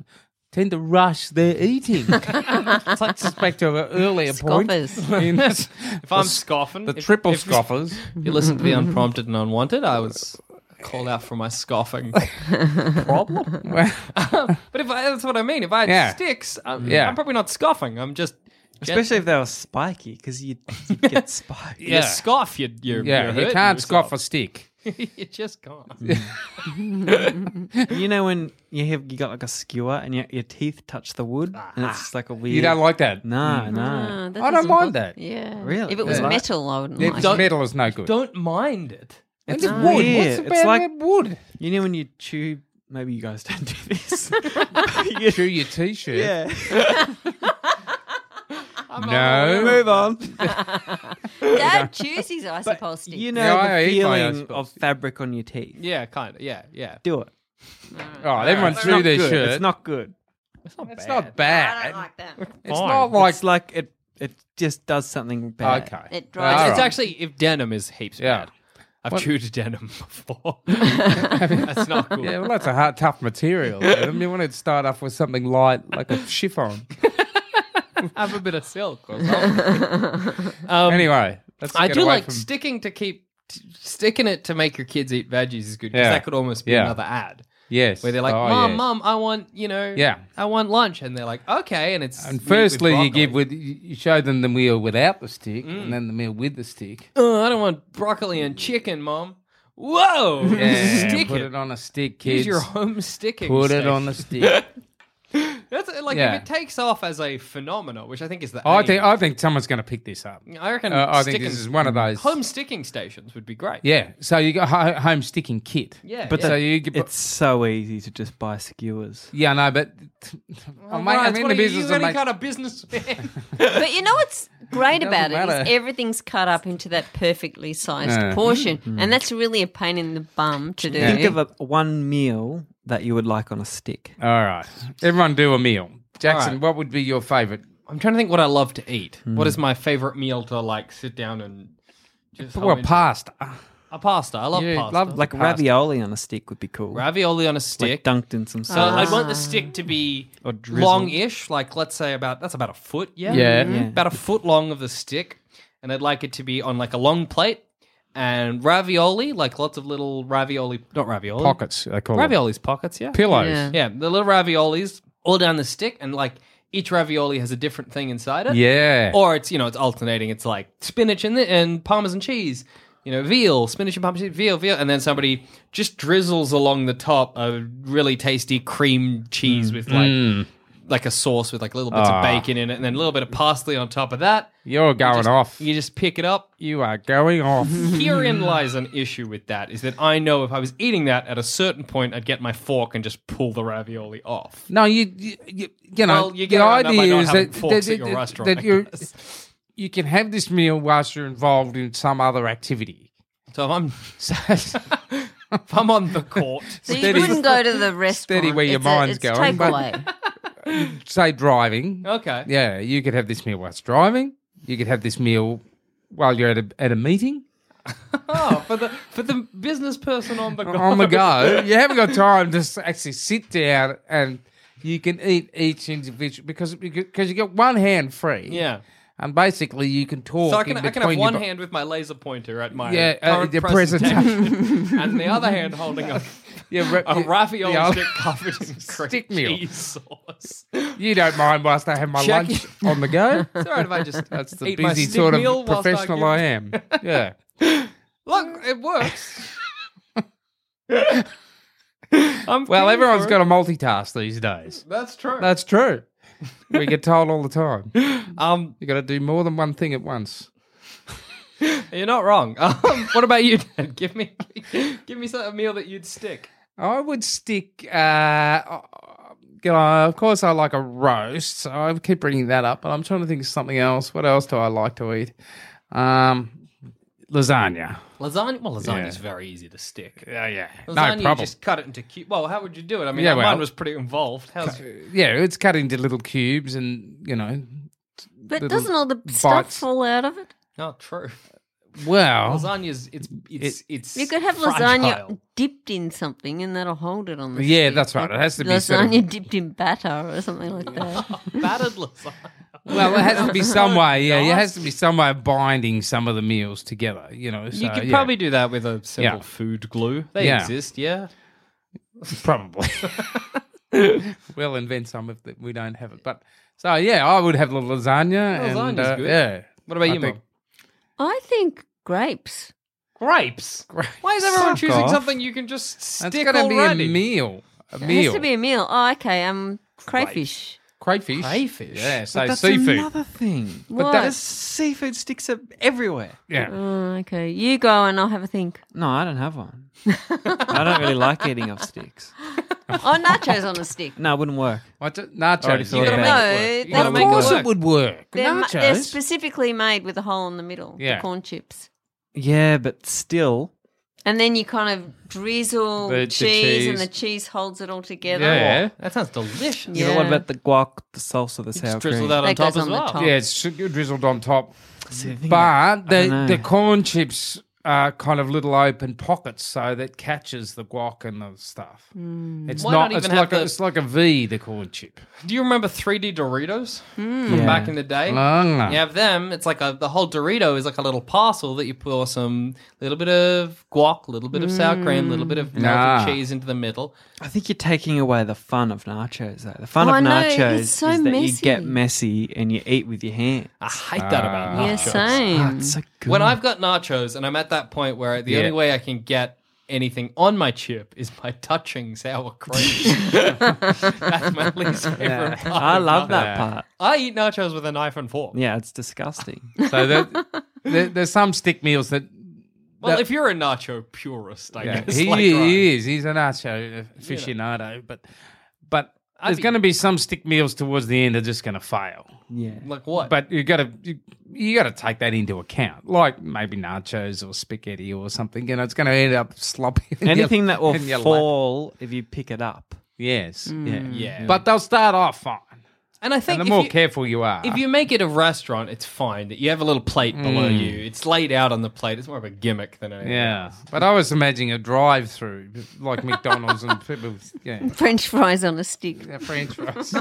F: tend to rush their eating. it's like just back to an earlier
G: Scoffers.
F: point. In this-
D: If I'm scoffing,
F: the
D: if-
F: triple
D: if
F: scoffers.
D: You listen to the unprompted and unwanted. I was called out for my scoffing problem.
F: Well,
D: But if I, that's what I mean, if I had
F: Yeah.
D: sticks, I'm,
F: Yeah.
D: I'm probably not scoffing. I'm just
E: Especially if they were spiky, because you you get spiked.
D: you scoff. You you
F: yeah,
D: you're
F: you
D: hurting
F: can't
D: yourself.
F: scoff a stick.
D: you just can't.
E: You know when you have you got like a skewer and your, your teeth touch the wood, and it's just like a weird.
F: Ah. You don't like that.
E: No, no.
G: Ah, that
F: I
G: doesn't
F: don't mind
G: bother-
F: that.
G: Yeah.
E: Really?
G: If it was
E: Yeah.
G: metal, I wouldn't
F: Yeah,
G: like
F: it's
G: it.
F: metal is no good.
D: Don't mind it.
F: It's
E: It's
F: wood.
E: weird. It's
F: What's about it's
E: like-
F: wood?
E: You know when you chew. Maybe you guys don't do this.
F: Chew your t-shirt.
E: yeah.
F: No.
E: Move on.
G: Dad chews his isopole stick.
E: You know
F: Yeah, I
E: the
F: eat my
E: feeling
F: icicles.
E: of fabric on your teeth.
D: Yeah, kind of. Yeah, yeah.
E: Do it.
F: Oh, everyone
E: It's
F: threw
E: not
F: their
E: good.
F: shirt.
E: It's not good.
D: It's not
F: It's
D: bad.
F: not
G: I
F: bad.
G: don't like that.
F: it's not like.
E: it's like it. It just does something bad.
F: okay.
G: It dries.
F: All
D: It's
F: right.
D: actually if denim is heaps
F: Yeah.
D: bad. I've
F: What-
D: chewed denim before. That's not cool.
F: Yeah, well, that's a hard, tough material. I mean, you want to start off with something light, like a chiffon.
D: Have a bit of silk or something. um,
F: Anyway, let's
D: I
F: get
D: do
F: away
D: like
F: from
D: sticking to keep t- sticking it to make your kids eat veggies is good because
F: Yeah.
D: that could almost be
F: Yeah.
D: another ad
F: Yes.
D: where they're like,
F: Oh,
D: "Mom,
F: yes.
D: mom, I want you know,
F: Yeah.
D: I want lunch," and they're like, "Okay," and it's
F: And
D: meat with
F: firstly, you
D: broccoli. Mm.
F: give with you you show them the meal without the stick, and then the meal with the stick.
D: "Oh, I don't want broccoli and chicken, mom." Whoa,
F: Yeah,
D: stick
F: put
D: it.
F: it. on a stick,
D: Use
F: kids.
D: your home sticking.
F: put it
D: stick.
F: on the stick.
D: That's like
F: Yeah.
D: if it takes off as a phenomenon, which I think is the.
F: I
D: aim.
F: think I think someone's going to pick this up.
D: I reckon.
F: Uh, I think
D: sticking-
F: this is one of those.
D: home sticking stations would be great.
F: Yeah, so you got ho- home sticking kit.
D: Yeah,
E: But
D: yeah.
F: So
E: that-
F: you get,
E: It's so easy to just buy skewers.
F: yeah, no, but
D: Oh,
F: I'm, ma-
D: Ryan,
F: I'm
D: what
F: in the
D: are you-
F: business
D: You
F: of
D: any
F: making.
D: kind of businessman?
G: But you know what's great
F: Doesn't
G: about it is
F: matter.
G: everything's cut up into that perfectly sized
F: Yeah. Mm.
G: portion, and that's really a pain in the bum to do.
E: Think of a, one meal that you would like on a stick.
F: All right, everyone do a meal. Jackson,
D: All right.
F: what would be your favourite?
D: I'm trying to think what I love to eat. What is my favorite meal to like sit down and just hone
F: Well,
D: into?
F: pasta.
D: A pasta. I love
F: Yeah,
D: pasta.
F: love-
E: Like ravioli on a stick would be cool.
D: ravioli on a
E: like
D: stick. Oh,
E: dunked in some
D: so
E: sauce.
D: I'd want the stick to be
E: Or drizzled.
D: long-ish, like let's say about that's about a foot, yeah,
F: Yeah. Yeah.
D: about a foot long of the stick, and I'd like it to be on like a long plate. And ravioli, like lots of little ravioli, not ravioli
F: Pockets, they call them.
D: ravioli's pockets, yeah,
F: Pillows.
D: yeah, the little raviolis all down the stick, and like each ravioli has a different thing inside it.
F: Yeah.
D: or it's you know it's alternating. It's like spinach and th- and parmesan cheese, you know, veal, spinach and parmesan cheese, veal, veal, and then somebody just drizzles along the top a really tasty cream cheese with like like a sauce with like little bits
F: Mm. Ah.
D: of bacon in it, and then a little bit of parsley on top of that.
F: You're going
D: Just-
F: off.
D: You just pick it up.
F: You are going off.
D: Herein lies an issue with that is that I know if I was eating that at a certain point, I'd get my fork and just pull the ravioli off.
F: no, you, you, you, you know,
D: Well, you
F: the
D: get around that by
F: idea
D: not
F: is
D: having
F: that,
D: forks
F: that-
D: at your
F: that-
D: restaurant, I
F: that you
D: guess.
F: you can have this meal whilst you're involved in some other activity.
D: So if I'm if I'm on the court,
G: so you
F: steady-
G: wouldn't go to the restaurant.
F: steady where your
G: It's
F: mind's
G: a, it's
F: going, but-
G: Takeaway.
F: Say driving.
D: okay,
F: Yeah, you could have this meal whilst driving. You could have this meal while you're at a, at a meeting.
D: Oh, for the for the business person on the go.
F: on the go. Oh You haven't got time to s- actually sit down and you can eat each individual because because you got one hand free.
D: Yeah.
F: and basically you can talk.
D: So I can,
F: in
D: I can
F: between
D: have
F: your
D: one
F: bo-
D: hand with my laser pointer at my
F: Yeah, uh,
D: current
F: the
D: presentation,
F: presentation.
D: and the other hand holding a,
F: Yeah, ra-
D: a
F: yeah,
D: ravioli
F: yeah.
D: stick covered in
F: Stick
D: stick
F: meal.
D: cheese sauce.
F: You don't mind whilst I have my
D: Check
F: lunch on the go.
D: It's all right if I just
F: That's the
D: eat my
F: busy
D: stick
F: sort
D: meal
F: of
D: whilst
F: professional I
D: give-
F: am. Yeah.
D: Look, it works. I'm
F: Well,
D: keen
F: everyone's
D: for
F: got
D: it.
F: to multitask these days.
D: That's true.
F: That's true. We get told all the time
D: um,
F: you got to do more than one thing at once.
D: you're not wrong. Um, what about you, Dad? Give me, give me some, a meal that you'd stick.
F: I would stick. Uh, you know, of course, I like a roast, so I keep bringing that up. But I'm trying to think of something else. What else do I like to eat? Um, lasagna.
D: Lasagna. Well, lasagna's very easy to stick.
F: Yeah, yeah,
D: Lasagna,
F: no
D: you
F: problem.
D: just cut it into cubes. Well, how would you do it? I mean,
F: Yeah,
D: mine
F: well-
D: was pretty involved. How's
F: Yeah, it's cut into little cubes, and you know,
G: But
F: Little
G: doesn't all the stuff
F: bites.
G: fall out of it?
D: not true?
F: well,
D: Oh. Lasagna's it's it's it's
G: You could have
D: fragile.
G: lasagna dipped in something, and that'll hold it on the.
F: yeah,
G: stick.
F: that's right. It has to be
G: lasagna
F: sort of-
G: dipped in batter or something like that.
D: battered lasagna.
F: well, it has to be some way. Yeah, it has to be some way of binding some of the meals together. You know, so,
D: you could
F: yeah,
D: probably do that with a simple
F: Yeah.
D: food glue. They
F: Yeah.
D: exist, yeah.
F: probably. we'll invent some if we don't have it. But so yeah, I would have the lasagna. and,
D: Lasagna's
F: uh,
D: good.
F: Yeah.
D: What about
F: I
D: you,
F: think-
D: Mum?
G: I think grapes.
D: Grapes. Why is everyone
F: Fuck
D: choosing
F: off.
D: something you can just
F: And
D: stick
F: It's gonna
D: already?
F: be a meal. A
G: It has
F: meal.
G: to be a meal. Oh, okay. Um, crayfish.
F: crayfish.
D: Crayfish?
F: Yeah. So
E: But that's
F: seafood.
E: another thing.
G: What?
E: There's seafood sticks up everywhere.
F: Yeah.
G: Oh, okay. You go and I'll have a think.
E: No, I don't have one. I don't really like eating off sticks.
G: Oh, nachos on a stick.
E: No, it wouldn't work.
F: What do- nachos.
E: Already
F: You
E: thought
F: gotta
E: about
F: make-
G: No,
D: it work. You
G: that's
D: gotta
F: of
D: make it
F: course
D: work.
F: it would work.
G: They're, mu- they're
F: nachos.
G: specifically made with a hole in the middle,
F: Yeah.
G: the corn chips.
E: Yeah, but still.
G: And then you kind of drizzle
F: The- the
G: cheese, and
F: cheese.
G: the cheese holds it all together.
F: yeah.
D: That sounds delicious.
E: Yeah.
G: Yeah.
E: but what about the guac, the salsa, the sour
D: Just
E: cream?
D: drizzle that on
G: That
D: top
G: goes
D: as
G: on the
D: well.
G: top.
F: Yeah, it's sugar drizzled on top.
E: See, the thing
F: But
E: I don't
F: the
E: know.
F: the corn chips uh, kind of little open pockets so that catches the guac and the stuff.
E: Hmm.
F: It's
D: Why
F: not.
D: not
F: it's
D: even have
F: like a,
D: the-
F: it's like a V. The corn chip.
D: Do you remember 3D Doritos
G: Hmm.
D: from back in the day?
F: Ah.
D: You have them. It's like a the whole Dorito is like a little parcel that you pour some little bit of guac, little bit of sour cream, little bit of
F: Mm.
D: melted
F: Nah.
D: cheese into the middle.
E: I think you're taking away the fun of nachos, though. The fun
G: Oh, I
E: of
G: know,
E: nachos
G: it's so
E: is that you
G: messy.
E: get messy and you eat with your hand.
D: I hate that about
F: Ah.
D: nachos.
G: Yeah, same.
E: it's so good.
D: Mm. When I've got nachos and I'm at that point where the only way I can get anything on my chip is by touching sour cream. That's my least favorite part.
E: I
D: of
E: love
D: nachos.
E: that part.
D: I eat nachos with a knife and fork.
E: Yeah, it's disgusting.
F: So that, there, there's some stick meals that
D: Well,
F: That-
D: if you're a nacho purist, I
F: yeah,
D: guess.
F: he,
D: like Ryan.
F: he is. He's an nacho aficionado, but but
D: I'd
F: there's
D: be-
F: going to be some stick meals towards the end are just going to fail.
E: Yeah.
D: Like what?
F: But you got to you, you got to take that into account, like maybe nachos or spaghetti or something. You know, it's going to end up sloppy. in your-
E: Anything that will
F: in your lap.
E: fall if you pick it up.
F: Yes, yeah.
D: yeah.
F: But they'll start off fine,
D: and I think Mm.
F: and the
D: if
F: more
D: you-
F: careful you are,
D: If you make it a restaurant, it's fine. That you have a little plate below you. It's laid out on the plate. It's more of a gimmick than anything.
F: Mm. yeah. But I was imagining a drive-through like McDonald's and people, yeah,
G: French fries on a stick.
F: yeah, French fries,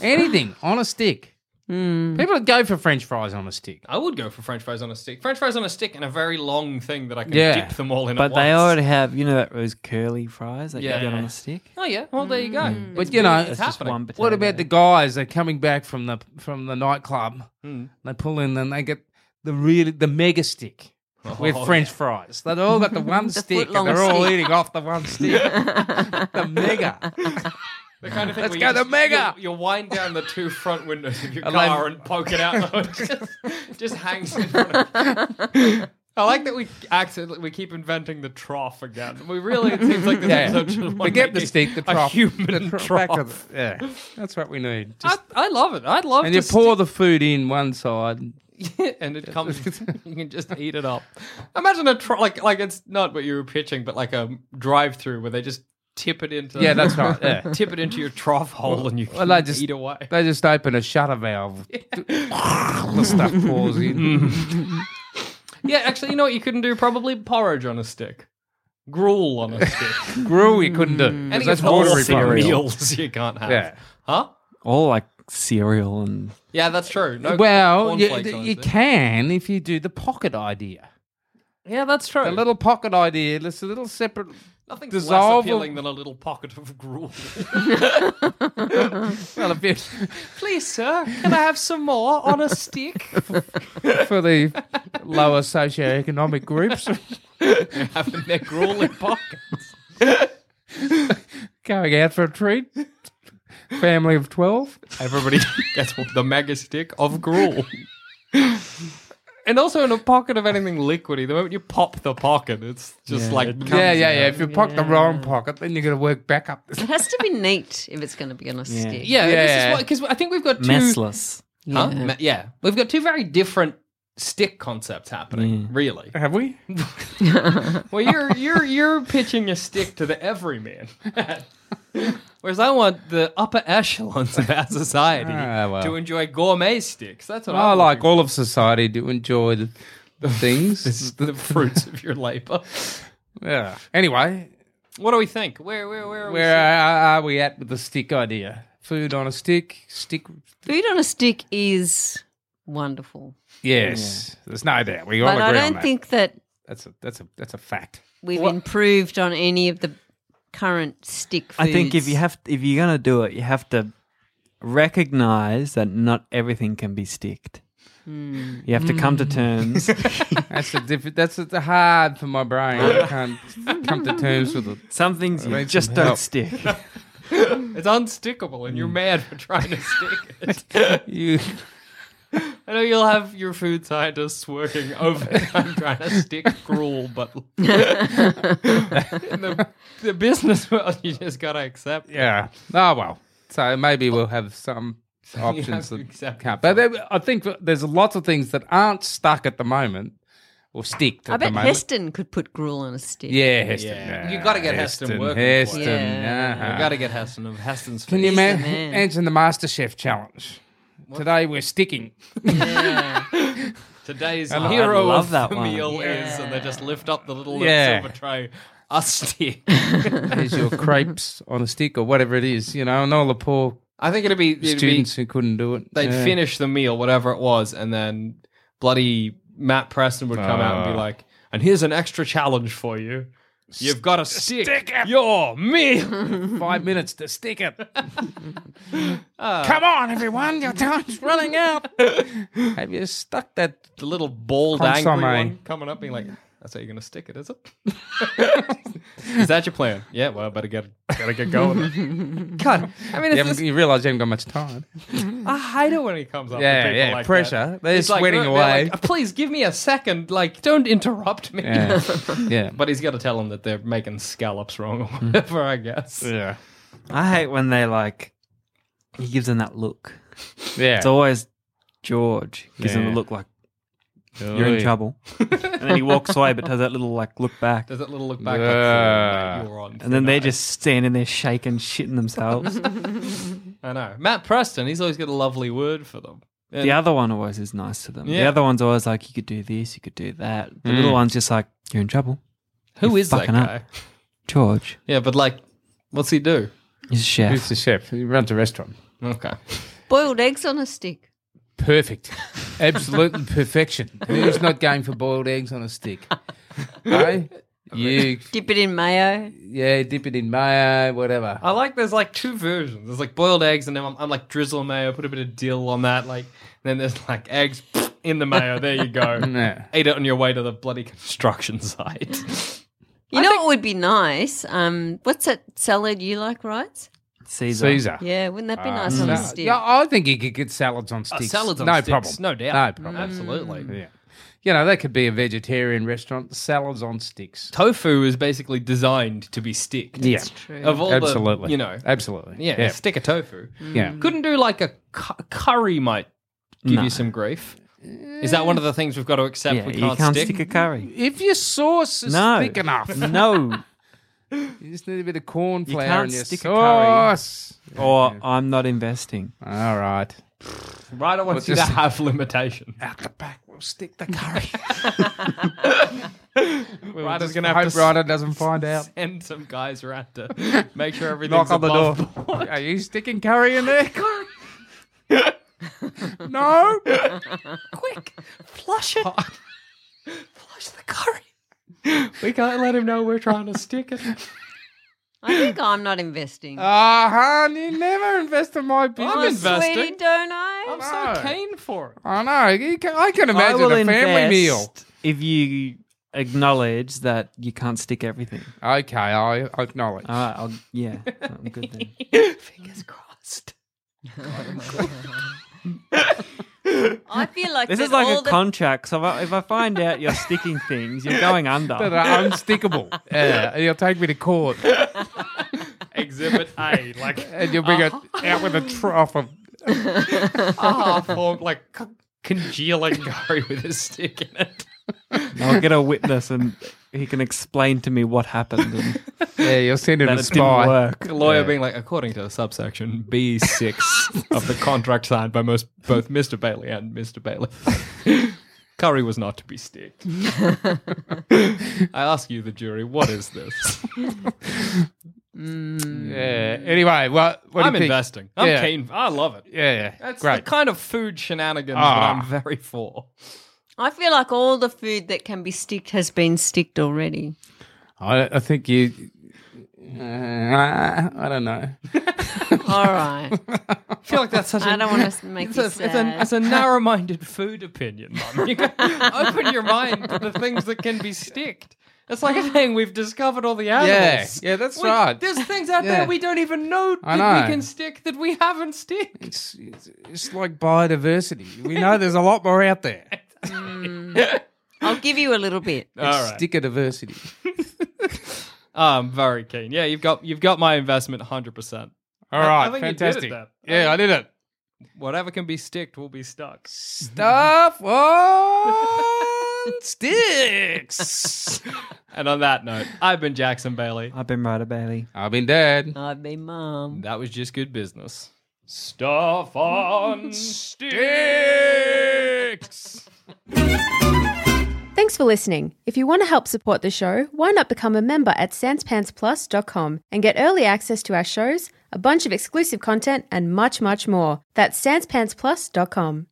F: anything on a stick.
D: Hmm.
F: People would go for French fries on a stick.
D: I would go for French fries on a stick. French fries on a stick and a very long thing that I can
F: Yeah.
D: dip them all in.
E: But
D: at
E: they
D: once.
E: already have, you know, that those curly fries that
D: Yeah.
E: you get on a stick.
D: Oh yeah. Well, there you go.
F: Mm. But you know,
D: It's
E: That's just
D: happening.
E: one potato.
F: What about the guys that are coming back from the from the nightclub?
D: Hmm.
F: They pull in and they get the really the mega stick with
D: Oh,
F: French fries. They've all got the one stick and
G: footlong
F: they're all
G: stick.
F: eating off the one stick. the mega.
D: The kind of thing
F: Let's
D: where
F: go
D: you
F: to
D: just-
F: Mega!
D: You, you wind down the two front windows of your
F: like-
D: car and poke it out. and it just, just hangs in front of you. I like that we accidentally we keep inventing the trough again. We really it seems like this
F: Yeah.
D: episode just
F: We get the
D: making
F: stick, the
D: a
F: trough,
D: human
F: the tro-
D: trough.
F: back of the- yeah, that's what we need. Just,
D: I, I love it. I'd love
F: and
D: to
F: you pour the food in one side.
D: stick- and it comes. you can just eat it up. Imagine a tro- like like it's not what you were pitching, but like a drive-through where they just tip it into
F: Yeah, that's right. Yeah.
D: tip it into your trough hole and you
F: well,
D: can
F: I just-
D: eat away.
F: They just open a shutter valve. the stuff pours in.
D: Yeah, actually, you know what you couldn't do? Probably porridge on a stick. Gruel on a stick.
F: Grew we couldn't do. 'cause
D: Any
F: that's
D: of all
F: watery
D: cereal.
F: cereal.
D: meals you can't have.
F: Yeah.
D: Huh?
E: All like cereal and
D: Yeah, that's true. No
F: well, you,
D: cornflakes on a
F: you
D: stick.
F: can if you do the pocket idea.
D: Yeah, that's true.
F: A little pocket idea. It's a little separate.
D: Nothing's less
F: dissolve
D: appealing
F: of-
D: than a little pocket of gruel.
F: Well, a bit
D: Please, sir, can I have some more on a stick?
F: for the lower socioeconomic groups
D: Having their gruel in pockets.
F: going out for a treat. Family of 12.
D: Everybody gets the mega stick of gruel. And also in a pocket of anything liquidy, the moment you pop the pocket, it's just like
F: Yeah, yeah, yeah. If you pocket the wrong pocket, then you're going to work back up.
G: It has to be neat if it's going to be on a stick.
D: Yeah,
F: Yeah.
D: yeah. Because I think we've got two.
E: messless.
D: Huh? Me- Yeah. we've got two very different stick concepts happening. Really,
F: Have we?
D: well, you're you're you're pitching a stick to the everyman, whereas I want the upper echelons of our society
F: Ah, well.
D: to enjoy gourmet sticks. That's what
F: I
D: I'm
F: like
D: looking
F: all of society to enjoy the, the things.
D: for. the fruits of your labor.
F: yeah. Anyway,
D: What do we think? Where where where are we?
F: where are, are we at with the stick idea? Food on a stick, stick.
G: Food on a stick is wonderful.
F: Yes, there's no doubt. We all
G: But
F: agree
G: I
F: on
G: don't
F: that.
G: think that
F: that's a that's a that's a fact.
G: we've improved on any of the current stick foods.
E: I think if you have if you're gonna do it, you have to recognize that not everything can be sticked. You have to come to terms.
F: That's a diff- that's a, hard for my brain. I can't come to terms with it.
E: Some things
F: I
E: you
F: need
E: just
F: some
E: don't
F: help.
E: stick.
D: It's unstickable, and you're
F: Mm.
D: mad for trying to stick it.
F: You
D: I know you'll have your food scientists working overtime trying to stick gruel, but in the, the business world, you just gotta accept. it.
F: yeah. Oh well. So maybe we'll have some
D: have
F: options
D: to
F: that
D: accept
F: can't. But there- I think there's lots of things that aren't stuck at the moment or sticked
G: I
F: at the
G: bet
F: moment.
G: Heston could put gruel on a stick.
F: yeah, Heston.
D: Yeah. You gotta get Heston working for it.
F: Heston.
G: Yeah.
F: uh-huh.
D: You gotta get Heston of Heston's.
F: Can
D: feet.
F: you
G: the
F: ma-
G: man.
F: imagine the MasterChef challenge? Today we're sticking.
D: Today's
E: I lo- I
D: hero
E: love
D: of
E: that
D: the
E: one.
D: meal is, and they just lift up the little
F: Yeah.
D: silver tray. A stick.
F: There's your crepes on a stick or whatever it is, you know, and all the poor
D: I think it'd be, it'd be
F: students who couldn't do it.
D: they'd
F: yeah.
D: finish the meal, whatever it was, and then bloody Matt Preston would come out and be like, "And here's an extra challenge for you. You've got a stick. your meal."
F: five minutes to stick it. Come on, everyone, your time's running out. Have you stuck that?
D: The little bald
F: Consomme.
D: angry one coming up, being like, "That's how you're gonna stick it, is it? is that your plan? Yeah. Well, I better get gotta get going.
F: God, I
D: it's
F: mean, you,
D: just-
F: haven't- you realize you haven't got much time.
D: I hate it when he comes up. with
F: Yeah,
D: people
F: yeah,
D: like
F: pressure.
D: that.
F: uh, They're
D: It's
F: sweating
D: they're
F: away.
D: like, Please give me a second. Like, don't interrupt me.
F: Yeah, yeah,
D: But he's got to tell them that they're making scallops wrong or whatever, I guess.
F: Hmm. yeah,
E: I hate when they like. He gives them that look.
F: yeah.
E: It's always George gives them
F: Yeah.
E: the look like you're in trouble, and then he walks away but does that little like look back,
D: Does that little look back?
F: Yeah.
D: Like, you're on.
E: and then they're just standing there shaking, shitting themselves.
D: I know. Matt Preston, he's always got a lovely word for them. And
E: the other one always is nice to them. The
D: Yeah.
E: other one's always like, you could do this, you could do that. The
F: Hmm.
E: little one's just like, you're in trouble,
D: who is that
E: fucking up.
D: guy?
E: George.
D: Yeah, but like, what's he do?
E: He's a chef.
F: Who's the chef? He runs a restaurant.
D: Okay.
G: Boiled eggs on a stick.
F: Perfect, absolute perfection. Who's not going for boiled eggs on a stick? Hey, you,
G: Dip it in mayo.
F: yeah, dip it in mayo, whatever.
D: I like there's like two versions. There's like boiled eggs, and then I'm, I'm like drizzle mayo, put a bit of dill on that. Like, and then there's like eggs in the mayo. There you go.
F: Mm, Yeah.
D: Eat it on your way to the bloody construction site.
G: You know what would be nice? Um, what's that salad you like, right?
E: Caesar.
F: Caesar.
G: Yeah, wouldn't that be nice on a stick?
F: Um, Uh, Yeah, I think you could get salads on
D: Uh,
F: sticks.
D: salads on
F: no
D: sticks,
F: problem.
D: no doubt, Mm.
F: No problem.
D: absolutely.
F: Yeah. You know, that could be a vegetarian restaurant. Salads on sticks.
D: Tofu is basically designed to be sticked.
F: Yeah.
D: Of all
F: Absolutely.
D: the, you know,
F: Absolutely.
D: yeah,
F: Yeah.
D: stick of tofu.
F: yeah.
G: Mm.
D: Couldn't do like a cu- curry might give you some grief. Is that one of the things we've got to accept?
E: Yeah,
D: we
E: you
D: can't,
E: can't
D: stick.
E: stick a curry.
F: If your sauce is
E: No.
F: thick enough,
E: No.
F: you just need a bit of corn flour
E: can't
F: in your
E: stick a curry.
F: sauce.
E: Or I'm not investing.
F: All right.
D: right, I want
F: What's
D: you to
F: this?
D: have limitation.
F: Out the back, we'll stick the curry.
D: Ryder's gonna
F: I
D: have
F: hope
D: to
F: Ryder doesn't find out.
D: send some guys around to make sure everything's
F: Knock on the door.
D: above board.
F: Are you sticking curry in there? no.
D: Quick, flush it. flush the curry. We can't let him know we're trying to stick it.
G: I think I'm not investing.
F: Uh huh. You never invest in my business.
D: I'm investing.
G: Sweetie, don't I?
D: I'm so
F: No.
D: keen for it.
F: I know. You can, I can
E: I
F: imagine
E: will
F: a family
E: invest
F: meal.
E: If you acknowledge that you can't stick everything.
F: Okay, I acknowledge.
E: All right, I'll, yeah, I'm good then.
D: Fingers crossed.
G: I feel like
E: This
G: that
E: is like
G: all
E: a
G: the-
E: contract. So if I, if I find out you're sticking things, you're going
F: that
E: under.
D: Uh-huh.
F: are unstickable. yeah, and you'll take me to court,
D: Exhibit A, like
F: and you'll bring it
D: Uh-huh.
F: out with a trough of.
D: half formed, like con- congealing curry with a stick in it.
E: I'll get a witness and he can explain to me what happened and
F: Yeah, you'll send it
E: that
F: a
E: it didn't
F: spy.
E: work.
D: A lawyer being like, according to subsection B six of the contract signed by most both Mr. Bailey and Mr. Bailey, curry was not to be sticked. I ask you, the jury, what is this?
F: Yeah. Anyway, what? what do
D: I'm
F: you think?
D: investing. I'm
F: Yeah.
D: keen. I love it.
F: Yeah, yeah.
D: That's
F: great.
D: the kind of food shenanigans
F: Ah.
D: that I'm very for.
G: I feel like all the food that can be sticked has been sticked already.
F: I, I think you. Uh, I don't know.
G: All right.
D: I feel like that's such
G: I don't want to make
D: It's
G: you
D: a, it's a,
G: sad.
D: it's a narrow-minded food opinion, Mum. You can open your mind to the things that can be sticked. It's like a thing we've discovered all the
F: Yeah,
D: animals.
F: yeah, that's
D: We-
F: right.
D: There's things out
F: Yeah.
D: there we don't even know
F: I
D: that
F: know.
D: we can stick that we haven't sticked.
F: It's, it's, it's like biodiversity. We know there's a lot more out there.
G: I'll give you a little bit.
D: All right.
F: Sticker diversity.
D: I'm very keen. Yeah, you've got you've got my investment 100%.
F: All
D: I- I
F: right,
D: think you did it
F: fantastic.
D: then.
F: yeah, I did it.
D: Whatever can be sticked will be stuck.
F: Stuff on sticks.
D: And on that note, I've been Jackson Bailey.
E: I've been Ryder Bailey.
F: I've been dead.
G: I've been mum.
D: That was just good business. Stuff on
F: Sticks.
D: Yes.
E: Thanks for listening. If you want to help support the show, why not become a member at sanspantsplus.com and get early access to our shows, a bunch of exclusive content, and much, much more. That's sanspantsplus.com.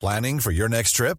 A: Planning for your next trip?